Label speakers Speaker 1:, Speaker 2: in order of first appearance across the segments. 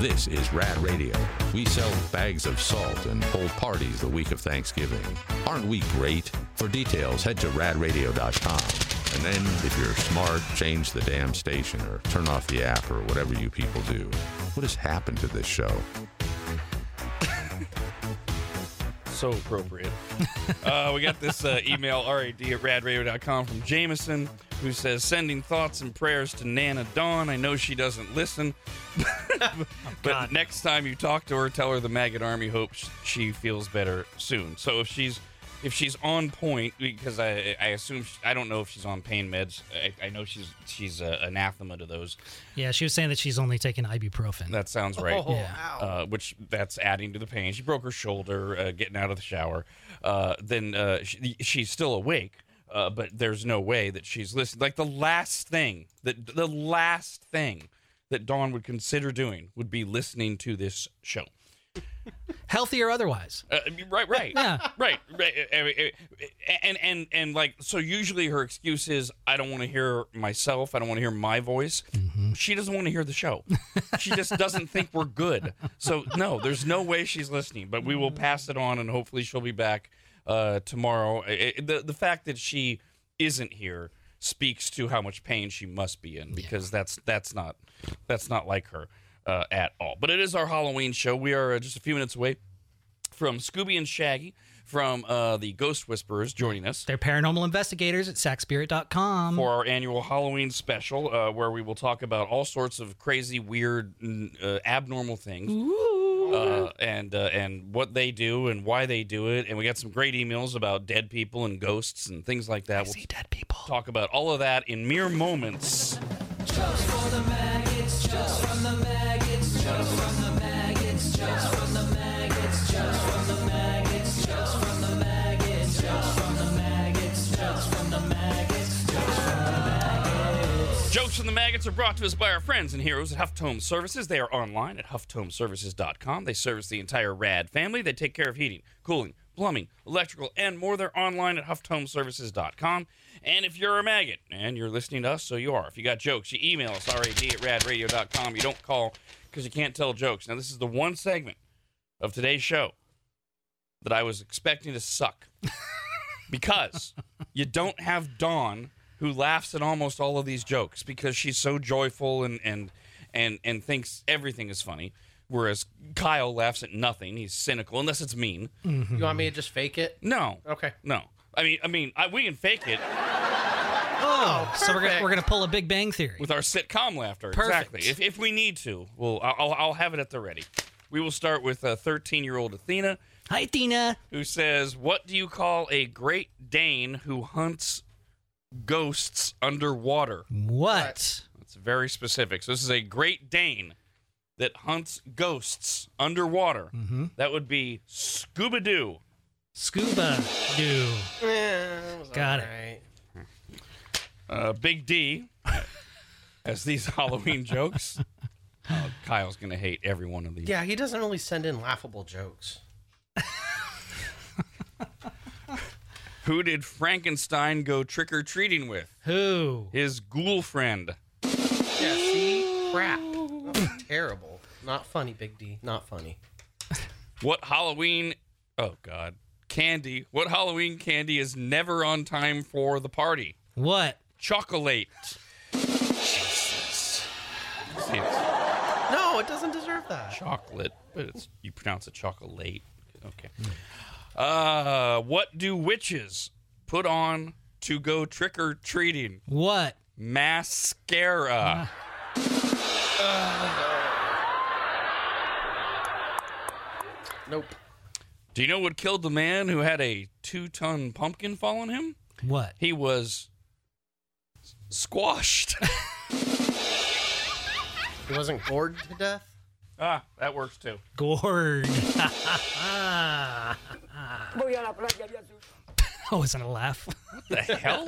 Speaker 1: This is Rad Radio. We sell bags of salt and hold parties the week of Thanksgiving. Aren't we great? For details, head to radradio.com. And then, if you're smart, change the damn station or turn off the app or whatever you people do. What has happened to this show?
Speaker 2: So appropriate. uh, we got this uh, email, rad at radradio.com, from Jameson, who says, Sending thoughts and prayers to Nana Dawn. I know she doesn't listen, Oh, but
Speaker 3: God.
Speaker 2: next time you talk to her, tell her the maggot army hopes she feels better soon. So if she's if she's on point, because I I assume she, I don't know if she's on pain meds. I, I know she's she's uh, anathema to those.
Speaker 3: Yeah, she was saying that she's only taking ibuprofen.
Speaker 2: That sounds right.
Speaker 4: Oh,
Speaker 3: Yeah.
Speaker 4: ow.
Speaker 2: Uh, which that's adding to the pain. She broke her shoulder uh, getting out of the shower. Uh, then uh, she, she's still awake, uh, but there's no way that she's listening. Like the last thing that the last thing that Dawn would consider doing would be listening to this show.
Speaker 3: Healthy or otherwise.
Speaker 2: Uh, I mean, right, right,
Speaker 3: Yeah.
Speaker 2: right, right. I mean, I- And and and like so, usually her excuse is, "I don't want to hear myself. I don't want to hear my voice." She doesn't want to hear the show. she just doesn't think we're good. So no, there's no way she's listening. But we will pass it on, and hopefully she'll be back uh, tomorrow. I- I- the the fact that she isn't here speaks to how much pain she must be in because that's that's not that's not like her uh, at all. But it is our Halloween show. We are uh, just a few minutes away from Scooby and Shaggy from uh, the Ghost Whisperers joining us
Speaker 3: They're paranormal investigators at sackspirit.com.
Speaker 2: for our annual Halloween special, uh, where we will talk about all sorts of crazy, weird, n- uh, abnormal things, Uh, and uh, and what they do and why they do it. And we got some great emails about dead people and ghosts and things like that. We'll
Speaker 3: See dead people.
Speaker 2: talk about all of that in mere moments. Jokes from the Maggots are brought to us by our friends and heroes at Huffed Home Services. They are online at huffedhomeservices.com. They service the entire RAD family. They take care of heating, cooling, plumbing, electrical, and more. They're online at huffedhomeservices.com. And if you're a maggot, and you're listening to us, so you are. If you got jokes, you email us, rad at radradio.com. You don't call because you can't tell jokes. Now, this is the one segment of today's show that I was expecting to suck because you don't have Dawn who laughs at almost all of these jokes because she's so joyful and and and and thinks everything is funny. Whereas Kyle laughs at nothing. He's cynical unless it's mean.
Speaker 4: You want me
Speaker 3: Hmm.
Speaker 4: to just fake it?
Speaker 2: No.
Speaker 4: Okay.
Speaker 2: No. I mean, I mean, I, we can fake it
Speaker 3: Oh, so we're gonna
Speaker 4: perfect.
Speaker 3: we're gonna pull a Big Bang Theory.
Speaker 2: with our sitcom laughter.
Speaker 3: Perfect.
Speaker 2: Exactly. If, if we need to, we'll I'll, I'll- I'll have it at the ready. We will start with 13 year old Athena
Speaker 3: Hi, Tina.
Speaker 2: who says, "What do you call a Great Dane who hunts ghosts underwater?"
Speaker 3: What?
Speaker 2: It's very specific. So this is a Great Dane that hunts ghosts underwater. That would be Scuba Doo.
Speaker 3: Scuba do.
Speaker 4: Yeah, was
Speaker 3: Got it.
Speaker 4: alright.
Speaker 2: Uh, Big D as these Halloween jokes. Uh, Kyle's gonna hate every one of these.
Speaker 4: Yeah, he doesn't really send in laughable jokes.
Speaker 2: Who did Frankenstein go trick or treating with?
Speaker 3: Who?
Speaker 2: His ghoul friend.
Speaker 4: Yeah, see? Crap. That was terrible. Not funny, Big D. Not funny.
Speaker 2: What Halloween? Oh God, candy. What Halloween candy is never on time for the party?
Speaker 3: What?
Speaker 2: Chocolate. See, it's
Speaker 4: No, it doesn't deserve that.
Speaker 2: chocolate, but it's you pronounce it chocolate. Okay. Uh, what do witches put on to go trick or treating?
Speaker 3: What?
Speaker 2: Mascara.
Speaker 4: Nope.
Speaker 2: Do you know what killed the man who had a two-ton pumpkin fall on him?
Speaker 3: What?
Speaker 2: he was s- squashed.
Speaker 4: He wasn't gored to death.
Speaker 2: ah, that works too.
Speaker 3: Gourd. I wasn't Oh, a laugh.
Speaker 2: The hell?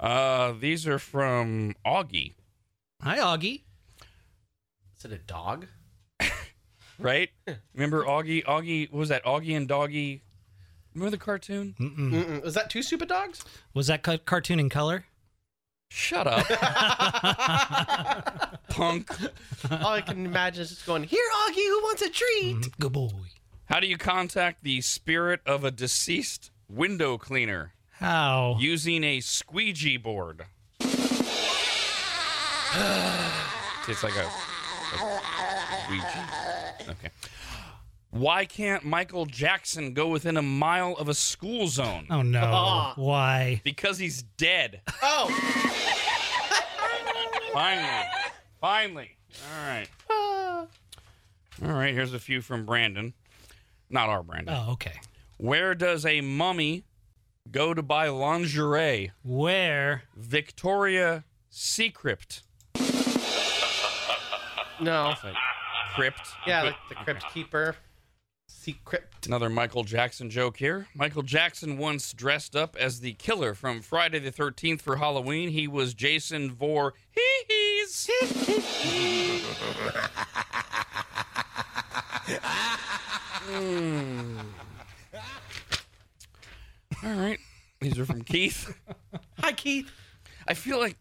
Speaker 2: uh, these are from Augie,
Speaker 3: Hi, Augie.
Speaker 4: Is it a dog?
Speaker 2: right? Remember Augie? Augie what was that Augie and Doggy? Remember the cartoon?
Speaker 4: Mm-mm. Was that two stupid dogs?
Speaker 3: Was that ca- cartoon in color?
Speaker 2: Shut up. punk.
Speaker 4: All I can imagine is just going, here, Augie, who wants a treat?
Speaker 3: Mm-hmm. Good boy.
Speaker 2: How do you contact the spirit of a deceased window cleaner?
Speaker 3: How?
Speaker 2: Using a squeegee board. it's like a, a squeegee. Okay. Why can't Michael Jackson go within a mile of a school zone?
Speaker 3: oh no.
Speaker 4: Ah.
Speaker 3: Why?
Speaker 2: Because he's dead.
Speaker 4: Oh,
Speaker 2: Finally. Finally. All right.
Speaker 4: Ah.
Speaker 2: All right, here's a few from Brandon. Not our Brandon.
Speaker 3: Oh, okay.
Speaker 2: Where does a mummy go to buy lingerie?
Speaker 3: Where?
Speaker 2: Victoria Secret.
Speaker 4: no.
Speaker 2: Crypt.
Speaker 4: Yeah, like the crypt keeper. Secret.
Speaker 2: Another Michael Jackson joke here. Michael Jackson once dressed up as the killer from Friday the 13th for Halloween. He was Jason Voorhees. Hmm. All right. These are from Keith.
Speaker 4: Hi, Keith.
Speaker 2: I feel like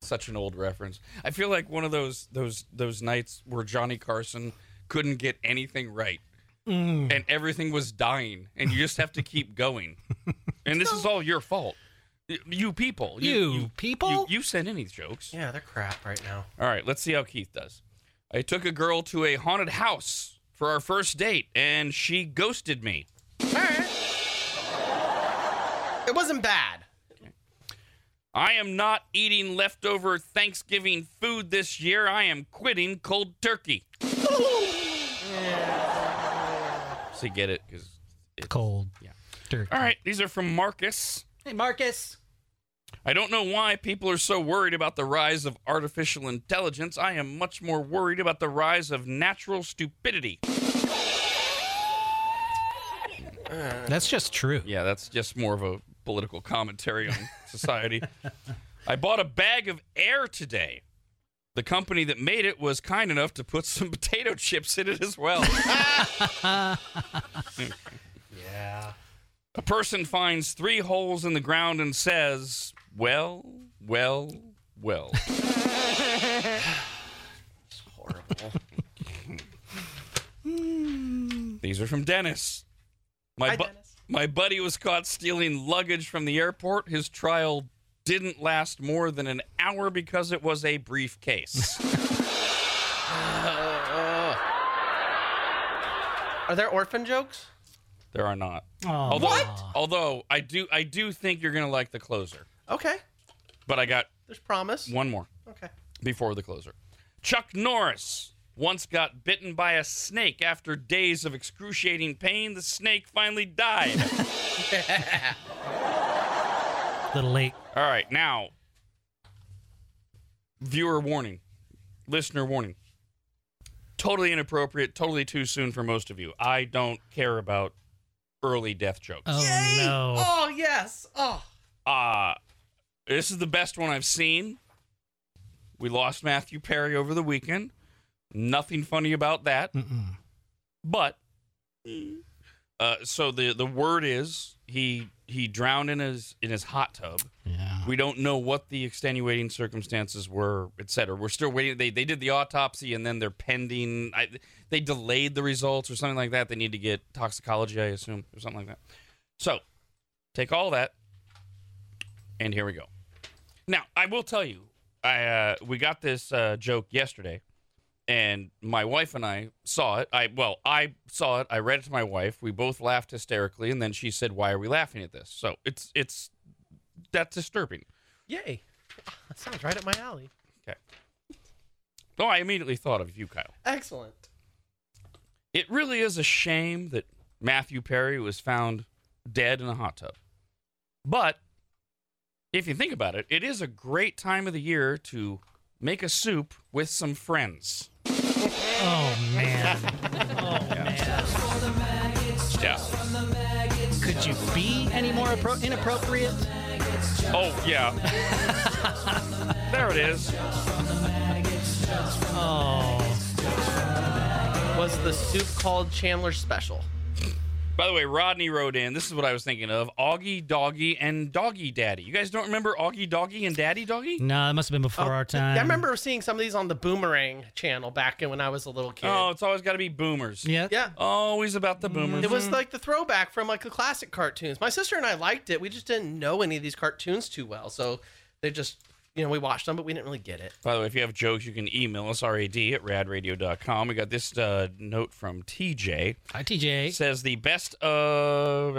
Speaker 2: such an old reference. I feel like one of those those those nights where Johnny Carson couldn't get anything right.
Speaker 3: Mm.
Speaker 2: And everything was dying, and you just have to keep going. And this is all your fault. Y- You people.
Speaker 3: You people?
Speaker 2: You, you sent in these jokes.
Speaker 4: Yeah, they're crap right now.
Speaker 2: All right, let's see how Keith does. I took a girl to a haunted house for our first date, and she ghosted me.
Speaker 4: All right. It wasn't bad.
Speaker 2: I am not eating leftover Thanksgiving food this year. I am quitting cold turkey. So you get it? 'cause-
Speaker 3: Cold. Yeah. Dirty.
Speaker 2: all right, these are from Marcus.
Speaker 3: Hey, Marcus.
Speaker 2: I don't know why people are so worried about the rise of artificial intelligence. I am much more worried about the rise of natural stupidity.
Speaker 3: That's just true.
Speaker 2: Yeah, that's just more of a political commentary on society. I bought a bag of air today. The company that made it was kind enough to put some potato chips in it as well.
Speaker 4: Yeah.
Speaker 2: A person finds three holes in the ground and says, Well, well, well.
Speaker 4: It's horrible.
Speaker 2: These are from Dennis. My,
Speaker 4: Hi,
Speaker 2: bu-
Speaker 4: Dennis.
Speaker 2: my buddy was caught stealing luggage from the airport. His trial didn't last more than an hour because it was a briefcase.
Speaker 4: Are there orphan jokes?
Speaker 2: there are not.
Speaker 3: Aw.
Speaker 2: Although, Although I do, I do think you're gonna like the closer.
Speaker 4: Okay.
Speaker 2: But I got
Speaker 4: There's promise.
Speaker 2: one more
Speaker 4: Okay.
Speaker 2: before the closer. Chuck Norris once got bitten by a snake. After days of excruciating pain, the snake finally died.
Speaker 3: Little late.
Speaker 2: All right, now, viewer warning, listener warning. Totally inappropriate, totally too soon for most of you. I don't care about early death jokes.
Speaker 3: Oh
Speaker 4: Yay!
Speaker 3: no.
Speaker 4: Oh, yes. Oh.
Speaker 2: Uh, this is the best one I've seen. We lost Matthew Perry over the weekend. Nothing funny about that.
Speaker 3: Mm-mm.
Speaker 2: But uh, so the the word is he he drowned in his in his hot tub.
Speaker 3: Yeah.
Speaker 2: We don't know what the extenuating circumstances were, et cetera. We're still waiting. They, they did the autopsy and then they're pending. I, they delayed the results or something like that. They need to get toxicology, I assume, or something like that. So take all that, and here we go. Now I will tell you, I uh, we got this uh, joke yesterday, and my wife and I saw it. I well, I saw it. I read it to my wife. We both laughed hysterically, and then she said, "Why are we laughing at this?" So it's it's that's disturbing.
Speaker 4: Yay. Ah, That sounds right up my alley.
Speaker 2: Oh, I immediately thought of you, Kyle.
Speaker 4: Excellent.
Speaker 2: It really is a shame that Matthew Perry was found dead in a hot tub. But if you think about it, it is a great time of the year to make a soup with some friends.
Speaker 3: Oh man. Oh man.
Speaker 2: Yeah.
Speaker 3: Could you be any more appro- inappropriate?
Speaker 2: Oh, yeah. there it is.
Speaker 3: Oh.
Speaker 4: Was the soup called Chandler's Special?
Speaker 2: By the way, Rodney wrote in. This is what I was thinking of: Augie Doggy and Doggy Daddy. You guys don't remember Augie Doggy and Daddy Doggy?
Speaker 3: No, that must have been before our time.
Speaker 4: Oh, I remember seeing some of these on the Boomerang channel back when I was a little kid.
Speaker 2: Oh, it's always got to be boomers.
Speaker 3: Yeah.
Speaker 4: yeah. Mm.
Speaker 2: Always about the boomers.
Speaker 4: It was like the throwback from like the classic cartoons. My sister and I liked it. We just didn't know any of these cartoons too well, so they just you know we watched them, but we didn't really get it.
Speaker 2: By the way, if you have jokes, you can email us, rad at radradio.com. We got this uh, note from TJ.
Speaker 3: Hi, TJ.
Speaker 2: It says the best of.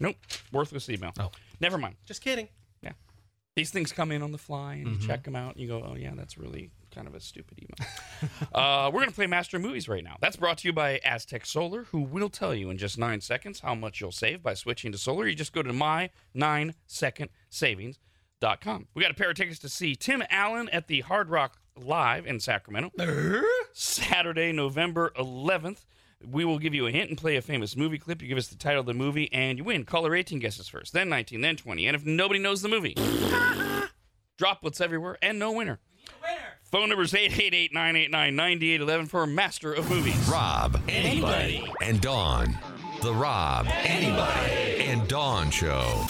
Speaker 2: Nope. Worthless email.
Speaker 3: Oh.
Speaker 2: Never mind.
Speaker 4: Just kidding.
Speaker 2: These things come in on the fly and you check them out and you go, oh, yeah, that's really kind of a stupid email. uh, we're going to play Master Movies right now. That's brought to you by Aztec Solar, who will tell you in just nine seconds how much you'll save by switching to solar. You just go to my9secondsavings.com. We got a pair of tickets to see Tim Allen at the Hard Rock Live in Sacramento. Saturday, November 11th. We will give you a hint and play a famous movie clip. You give us the title of the movie and you win. Caller 18 guesses first, then 19, then 20. And if nobody knows the movie, droplets everywhere and no winner. Phone number is 888 989 9811 for Master of Movies.
Speaker 1: Rob, anybody, and Dawn. The Rob, anybody, and Dawn Show.